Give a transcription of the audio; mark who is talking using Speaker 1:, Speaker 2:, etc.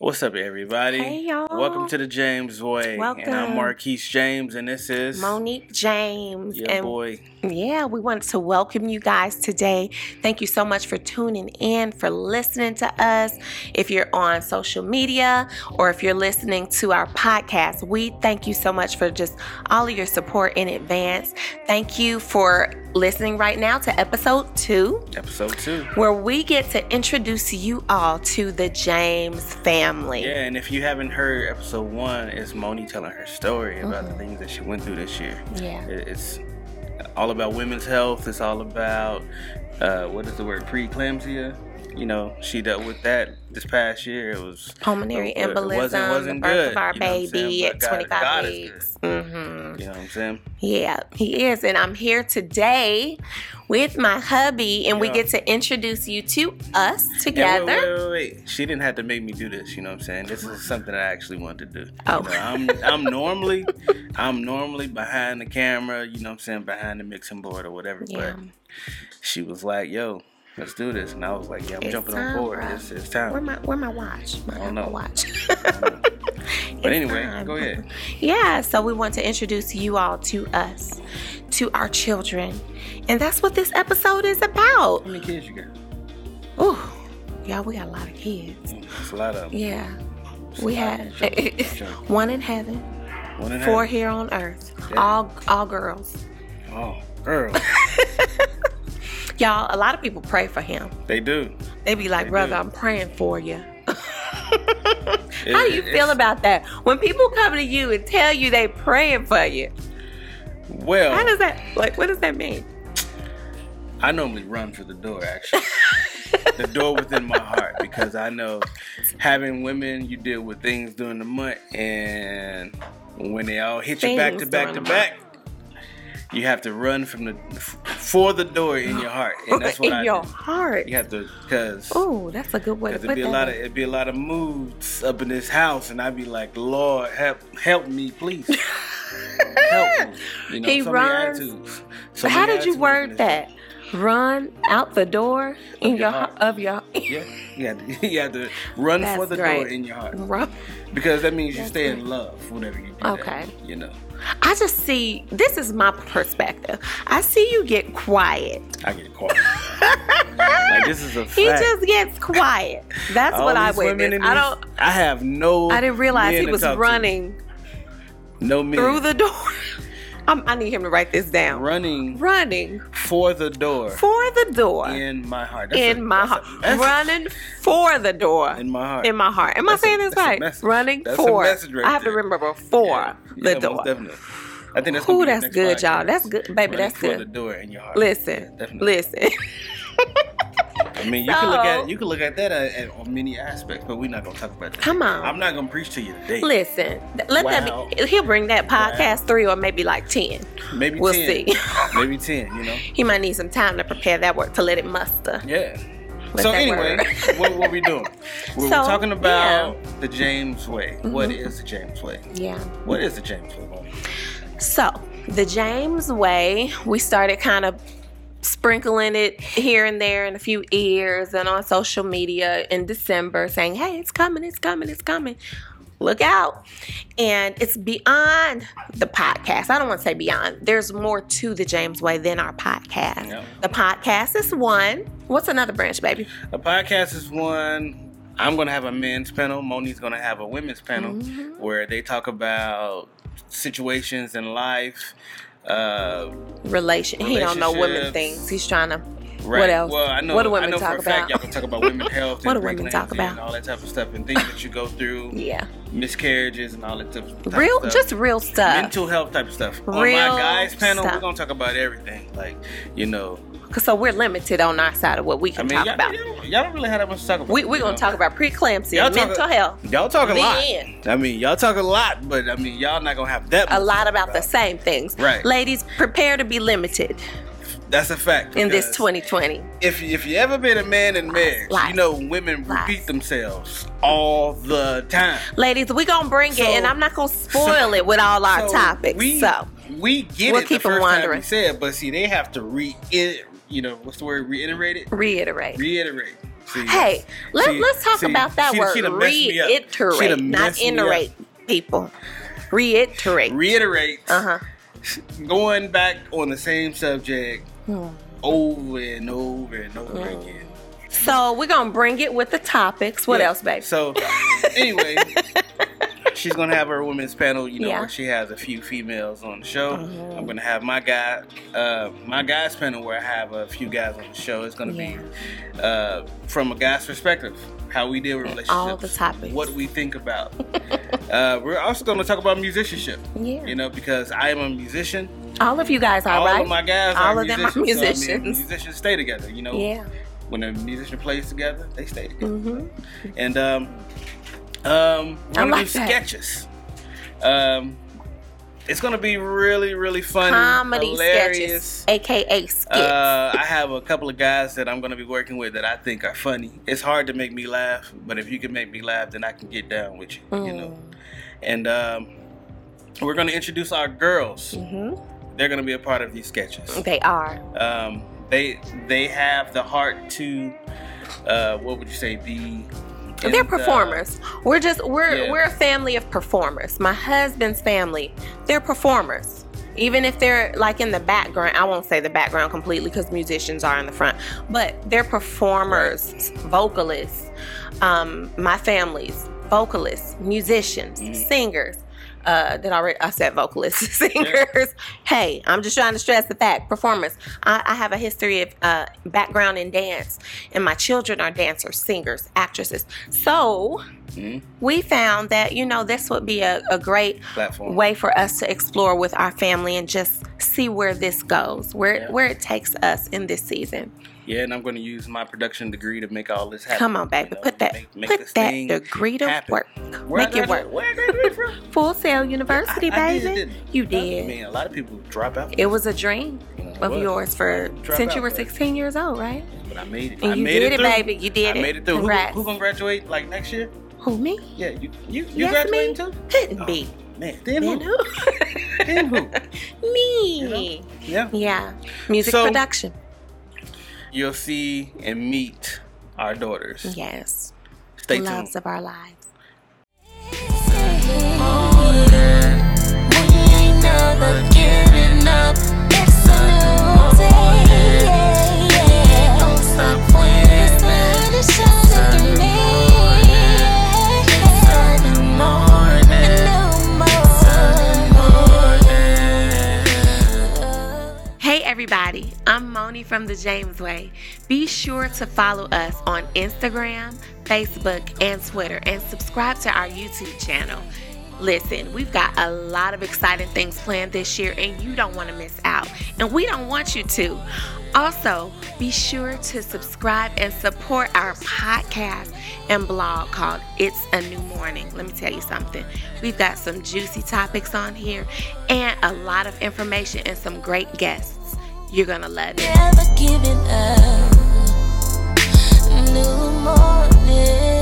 Speaker 1: What's up, everybody?
Speaker 2: Hey, y'all.
Speaker 1: Welcome to the James Way. And I'm
Speaker 2: Welcome.
Speaker 1: Marquise James, and this is
Speaker 2: Monique James.
Speaker 1: your
Speaker 2: and
Speaker 1: boy.
Speaker 2: yeah, we want to welcome you guys today. Thank you so much for tuning in, for listening to us. If you're on social media or if you're listening to our podcast, we thank you so much for just all of your support in advance. Thank you for listening right now to episode two.
Speaker 1: Episode two.
Speaker 2: Where we get to introduce you all to the James family.
Speaker 1: Yeah, and if you haven't heard episode one, it's Moni telling her story about the things that she went through this year.
Speaker 2: Mm-hmm. Yeah.
Speaker 1: It- It's all about women's health. It's all about uh, what is the word preeclampsia. You know, she dealt with that this past year. It was
Speaker 2: pulmonary
Speaker 1: it
Speaker 2: embolism,
Speaker 1: wasn't- wasn't
Speaker 2: the birth
Speaker 1: good,
Speaker 2: of our
Speaker 1: you know what I'm
Speaker 2: baby
Speaker 1: saying?
Speaker 2: at
Speaker 1: But God-
Speaker 2: 25
Speaker 1: God is
Speaker 2: weeks. hmm
Speaker 1: You know what I'm saying?
Speaker 2: Yeah, he is. And I'm here today with my hubby, and we
Speaker 1: Yeah.
Speaker 2: get to introduce you to us
Speaker 1: Yeah,
Speaker 2: together.
Speaker 1: wait, wait, wait, wait. She didn't have to make me do this. You know what I'm saying? This is something I actually wanted to do.
Speaker 2: Oh.
Speaker 1: You know, I'm I'm normally I'm normally behind the camera. You know what I'm saying? Behind the mixing board or whatever.
Speaker 2: Yeah.
Speaker 1: But she was like, "Yo, let's do this," and I was like, "Yeah, I'm
Speaker 2: It's
Speaker 1: jumping
Speaker 2: time,
Speaker 1: on board.
Speaker 2: bruh.
Speaker 1: It's, it's
Speaker 2: Where
Speaker 1: time."
Speaker 2: my where my watch? My
Speaker 1: I don't know.
Speaker 2: Apple watch.
Speaker 1: Oh, But anyway,
Speaker 2: time.
Speaker 1: go ahead.
Speaker 2: yeah, so we want to introduce you all to us, to our children. And that's what this episode is about.
Speaker 1: How many kids you got?
Speaker 2: Ooh, y'all, we got a lot of kids.
Speaker 1: It's a lot of them.
Speaker 2: Yeah. We had
Speaker 1: Sure.
Speaker 2: one in heaven,
Speaker 1: One and a
Speaker 2: four
Speaker 1: half.
Speaker 2: here on earth.
Speaker 1: Yeah.
Speaker 2: All all girls.
Speaker 1: Oh, girl,
Speaker 2: Y'all, a lot of people pray for him.
Speaker 1: they do.
Speaker 2: They be like,
Speaker 1: They
Speaker 2: brother,
Speaker 1: do.
Speaker 2: I'm praying for you.
Speaker 1: It-
Speaker 2: How do you
Speaker 1: it's-
Speaker 2: feel about that? When people come to you and tell you they praying for you,
Speaker 1: Well,
Speaker 2: how does that like what does that mean?
Speaker 1: I normally run for the door, actually. the door within my heart, because I know having women, you deal with things during the month, and when they all hit you back to
Speaker 2: Things
Speaker 1: back to
Speaker 2: during the
Speaker 1: back, you have to run from the for the door in your heart, and that's what
Speaker 2: in
Speaker 1: I
Speaker 2: your
Speaker 1: do.
Speaker 2: heart.
Speaker 1: You have to, because
Speaker 2: Oh, that's a good way to
Speaker 1: it'd
Speaker 2: put
Speaker 1: be
Speaker 2: that.
Speaker 1: a lot of it'd be a lot of moods up in this house, and I'd be like, Lord, help help me, please. help me. You know,
Speaker 2: He
Speaker 1: so
Speaker 2: runs.
Speaker 1: many attitudes. So
Speaker 2: how
Speaker 1: many
Speaker 2: did you
Speaker 1: attitudes in
Speaker 2: word
Speaker 1: this
Speaker 2: that? Run out the door in
Speaker 1: your
Speaker 2: your,
Speaker 1: heart.
Speaker 2: heart of your
Speaker 1: Yeah, you have to, you have to run for
Speaker 2: Mm. That's
Speaker 1: the door
Speaker 2: great.
Speaker 1: in your heart
Speaker 2: Run-
Speaker 1: because that means you
Speaker 2: That's
Speaker 1: stay in
Speaker 2: great.
Speaker 1: love whenever you do
Speaker 2: Okay.
Speaker 1: that. You know,
Speaker 2: I just see this is my perspective. I see you get quiet.
Speaker 1: I get quiet. like this is a fact.
Speaker 2: He just gets quiet. That's
Speaker 1: All
Speaker 2: what I
Speaker 1: these women
Speaker 2: witnessed.
Speaker 1: in
Speaker 2: I
Speaker 1: these-
Speaker 2: don't
Speaker 1: I have no.
Speaker 2: I didn't realize
Speaker 1: men
Speaker 2: he
Speaker 1: to
Speaker 2: was
Speaker 1: talk to.
Speaker 2: running
Speaker 1: No men
Speaker 2: through the door. I'm, I need him to write this down.
Speaker 1: running
Speaker 2: Running
Speaker 1: for the door
Speaker 2: for the door in,
Speaker 1: in my heart. That's a-
Speaker 2: my
Speaker 1: that's a
Speaker 2: heart.
Speaker 1: message
Speaker 2: Running for the door
Speaker 1: in my heart.
Speaker 2: in my heart. Am
Speaker 1: That's a-
Speaker 2: I saying this
Speaker 1: that's a
Speaker 2: right?
Speaker 1: message.
Speaker 2: Running
Speaker 1: That's a
Speaker 2: for.
Speaker 1: message right
Speaker 2: I have
Speaker 1: there.
Speaker 2: to remember for
Speaker 1: Yeah.
Speaker 2: the
Speaker 1: Yeah, most
Speaker 2: door.
Speaker 1: definitely. I think that's. gonna
Speaker 2: Ooh,
Speaker 1: be the
Speaker 2: that's
Speaker 1: next
Speaker 2: good, y'all.
Speaker 1: podcast.
Speaker 2: That's good, baby.
Speaker 1: Running
Speaker 2: that's
Speaker 1: for the
Speaker 2: good.
Speaker 1: door in your heart.
Speaker 2: Listen,
Speaker 1: Definitely.
Speaker 2: listen.
Speaker 1: I mean, you can look
Speaker 2: So-
Speaker 1: at you can look at that at, at, on many aspects, but we're not gonna talk about that.
Speaker 2: Come on.
Speaker 1: I'm not gonna preach to you today.
Speaker 2: Listen, Th- let
Speaker 1: Wow.
Speaker 2: that be. He'll bring that podcast three or maybe like 10.
Speaker 1: Maybe
Speaker 2: We'll
Speaker 1: 10.
Speaker 2: see.
Speaker 1: Maybe ten. You know.
Speaker 2: He might need some time to prepare that work to let it muster.
Speaker 1: Yeah.
Speaker 2: Let
Speaker 1: so
Speaker 2: that
Speaker 1: anyway,
Speaker 2: work.
Speaker 1: what, what we doing? We were
Speaker 2: So, Mm-hmm.
Speaker 1: talking about the James Way. What is the James Way?
Speaker 2: Yeah.
Speaker 1: What is the James Way? Mom?
Speaker 2: So, the James Way, we started kind of sprinkling it here and there in a few ears and on social media in December saying, hey, it's coming, it's coming, it's coming. Look out. And it's beyond the podcast. I don't want to say beyond. There's more to the James Way than our podcast.
Speaker 1: Yeah.
Speaker 2: The podcast is one. What's another branch, baby?
Speaker 1: A podcast is one. I'm gonna have a men's panel. Moni's gonna have a women's panel
Speaker 2: Mm-hmm.
Speaker 1: where they talk about situations in life. Uh,
Speaker 2: Relation. He don't know women
Speaker 1: Relationships.
Speaker 2: things. He's trying to.
Speaker 1: Right.
Speaker 2: What else?
Speaker 1: Well, I know.
Speaker 2: What do women
Speaker 1: I know
Speaker 2: talk
Speaker 1: for a fact
Speaker 2: about?
Speaker 1: y'all can talk about women health.
Speaker 2: What
Speaker 1: and
Speaker 2: do women talk
Speaker 1: pregnancy And
Speaker 2: about?
Speaker 1: all that type of stuff and things that you go through,
Speaker 2: Yeah.
Speaker 1: miscarriages and all that type type of
Speaker 2: Real,
Speaker 1: stuff.
Speaker 2: just real stuff.
Speaker 1: mental health type of stuff. On my
Speaker 2: Real
Speaker 1: guys panel, we're
Speaker 2: stuff.
Speaker 1: gonna talk about everything. Like, you know,
Speaker 2: Cause so we're limited on our side of what we
Speaker 1: I
Speaker 2: can
Speaker 1: mean,
Speaker 2: talk
Speaker 1: y'all,
Speaker 2: about.
Speaker 1: y'all don't, y'all don't really have that much to talk about.
Speaker 2: We we're
Speaker 1: you
Speaker 2: gonna
Speaker 1: know?
Speaker 2: talk about preeclampsia,
Speaker 1: Y'all
Speaker 2: and
Speaker 1: talk-
Speaker 2: mental health,
Speaker 1: Y'all talk a
Speaker 2: The
Speaker 1: lot.
Speaker 2: end.
Speaker 1: I mean, y'all talk a lot, but I mean, y'all not gonna have that. much
Speaker 2: a
Speaker 1: to
Speaker 2: lot
Speaker 1: talk
Speaker 2: about the same things.
Speaker 1: Right.
Speaker 2: Ladies, prepare to be limited
Speaker 1: That's a fact.
Speaker 2: in this
Speaker 1: because
Speaker 2: 2020.
Speaker 1: If you- if you ever been a man in marriage,
Speaker 2: Lies.
Speaker 1: you know women
Speaker 2: Lies.
Speaker 1: repeat themselves all the time.
Speaker 2: Ladies, we gonna bring
Speaker 1: So-
Speaker 2: it, and I'm not gonna spoil it with all our
Speaker 1: So,
Speaker 2: topics.
Speaker 1: We,
Speaker 2: so
Speaker 1: we get
Speaker 2: we'll
Speaker 1: it
Speaker 2: keep
Speaker 1: the
Speaker 2: 'em
Speaker 1: first time
Speaker 2: wondering.
Speaker 1: you say it, but see, they have to re, you know, what's the word? Reiterate it,
Speaker 2: reiterate.
Speaker 1: reiterate. See,
Speaker 2: Hey, let,
Speaker 1: See-
Speaker 2: let's talk
Speaker 1: see,
Speaker 2: about that
Speaker 1: she-
Speaker 2: word.
Speaker 1: she done messed me up. She
Speaker 2: Reiterate,
Speaker 1: done
Speaker 2: not
Speaker 1: messed me up.
Speaker 2: iterate, people. Reiterate.
Speaker 1: reiterate.
Speaker 2: uh huh.
Speaker 1: Going back on the same subject
Speaker 2: Hmm.
Speaker 1: over and over and over again.
Speaker 2: So we're gonna bring it with the topics. What
Speaker 1: Yeah.
Speaker 2: else, babe?
Speaker 1: So, anyway, she's gonna have her women's panel. You know,
Speaker 2: Yeah. Mm-hmm.
Speaker 1: where she has a few females on the show. I'm gonna have my guy, uh, my guys panel, where I have a few guys on the show. It's gonna be uh, from a guy's perspective, how we deal with relationships,
Speaker 2: all the topics.
Speaker 1: what we think about. uh, we're also gonna talk about musicianship.
Speaker 2: Yeah.
Speaker 1: You know, because I am a musician.
Speaker 2: All of you guys are
Speaker 1: all
Speaker 2: right.
Speaker 1: of my guys
Speaker 2: All
Speaker 1: are
Speaker 2: of them are
Speaker 1: musicians. So, I mean,
Speaker 2: musicians.
Speaker 1: musicians stay together. You know,
Speaker 2: yeah.
Speaker 1: when a musician plays together, they stay together.
Speaker 2: Mm-hmm.
Speaker 1: And um, um, we're
Speaker 2: I
Speaker 1: gonna
Speaker 2: like
Speaker 1: do
Speaker 2: that.
Speaker 1: sketches. Um, it's gonna be really, really fun,
Speaker 2: Comedy
Speaker 1: hilarious.
Speaker 2: sketches, aka skits.
Speaker 1: Uh, I have a couple of guys that I'm gonna be working with that I think are funny. It's hard to make me laugh, but if you can make me laugh, then I can get down with you. You know.
Speaker 2: Mm.
Speaker 1: And um, we're gonna introduce our girls.
Speaker 2: mm-hmm.
Speaker 1: They're gonna be a part of these sketches
Speaker 2: They are.
Speaker 1: um, they they have the heart to uh, what would you say be uh, in the-
Speaker 2: They're performers. we're just we're
Speaker 1: yeah.
Speaker 2: we're a family of performers. My husband's family, they're performers. Even if they're like in the background, I won't say the background completely because musicians are in the front, but they're performers, vocalists. Um, my family's vocalists, musicians,
Speaker 1: Mm-hmm.
Speaker 2: singers. Uh, did I already I said vocalists, singers. Hey, I'm just trying to stress the fact performers. I, I have a history of uh, background in dance, and my children are dancers, singers, actresses. So
Speaker 1: Mhm.
Speaker 2: we found that you know this would be a, a great
Speaker 1: platform.
Speaker 2: way for us to explore with our family and just see where this goes, where
Speaker 1: Yeah.
Speaker 2: where it takes us in this season.
Speaker 1: Yeah, and I'm going to use my production degree to make all this happen.
Speaker 2: Come on, baby,
Speaker 1: you know,
Speaker 2: put that
Speaker 1: make- make
Speaker 2: put
Speaker 1: this
Speaker 2: that
Speaker 1: thing
Speaker 2: degree to
Speaker 1: happen.
Speaker 2: work,
Speaker 1: Where I
Speaker 2: make it
Speaker 1: graduated-
Speaker 2: work.
Speaker 1: Where I graduated from?
Speaker 2: Full Sail University,
Speaker 1: I- I did,
Speaker 2: baby,
Speaker 1: didn't I?
Speaker 2: you
Speaker 1: I
Speaker 2: did.
Speaker 1: mean, a lot of people drop out,
Speaker 2: It was a dream
Speaker 1: You know, it
Speaker 2: of
Speaker 1: was.
Speaker 2: yours for
Speaker 1: Drop
Speaker 2: since
Speaker 1: out,
Speaker 2: you were
Speaker 1: but-
Speaker 2: 16 years old, right?
Speaker 1: but I made it.
Speaker 2: And
Speaker 1: I
Speaker 2: you
Speaker 1: made
Speaker 2: did it,
Speaker 1: through.
Speaker 2: baby. You did
Speaker 1: I
Speaker 2: it.
Speaker 1: made it through. Who-
Speaker 2: Congrats.
Speaker 1: Who, gonna graduate like next year?
Speaker 2: Who me?
Speaker 1: Yeah, you you, you
Speaker 2: Yes,
Speaker 1: graduating
Speaker 2: me.
Speaker 1: too?
Speaker 2: Couldn't
Speaker 1: Oh,
Speaker 2: be.
Speaker 1: Man, then
Speaker 2: Then
Speaker 1: who?
Speaker 2: who?
Speaker 1: then who?
Speaker 2: me.
Speaker 1: You Yeah,
Speaker 2: Yeah. Music
Speaker 1: So-
Speaker 2: production.
Speaker 1: you'll see and meet our daughters.
Speaker 2: Yes.
Speaker 1: Stay tuned.
Speaker 2: Loves of our lives. Hey everybody, I'm Moni from The James Way. Be sure to follow us on Instagram, Facebook, and Twitter, and subscribe to our YouTube channel. Listen, we've got a lot of exciting things planned this year, and you don't want to miss out, and we don't want you to. Also, be sure to subscribe and support our podcast and blog called It's a New Morning. Let me tell you something. We've got some juicy topics on here and a lot of information and some great guests. You're going to love it.
Speaker 3: Never giving up. New morning.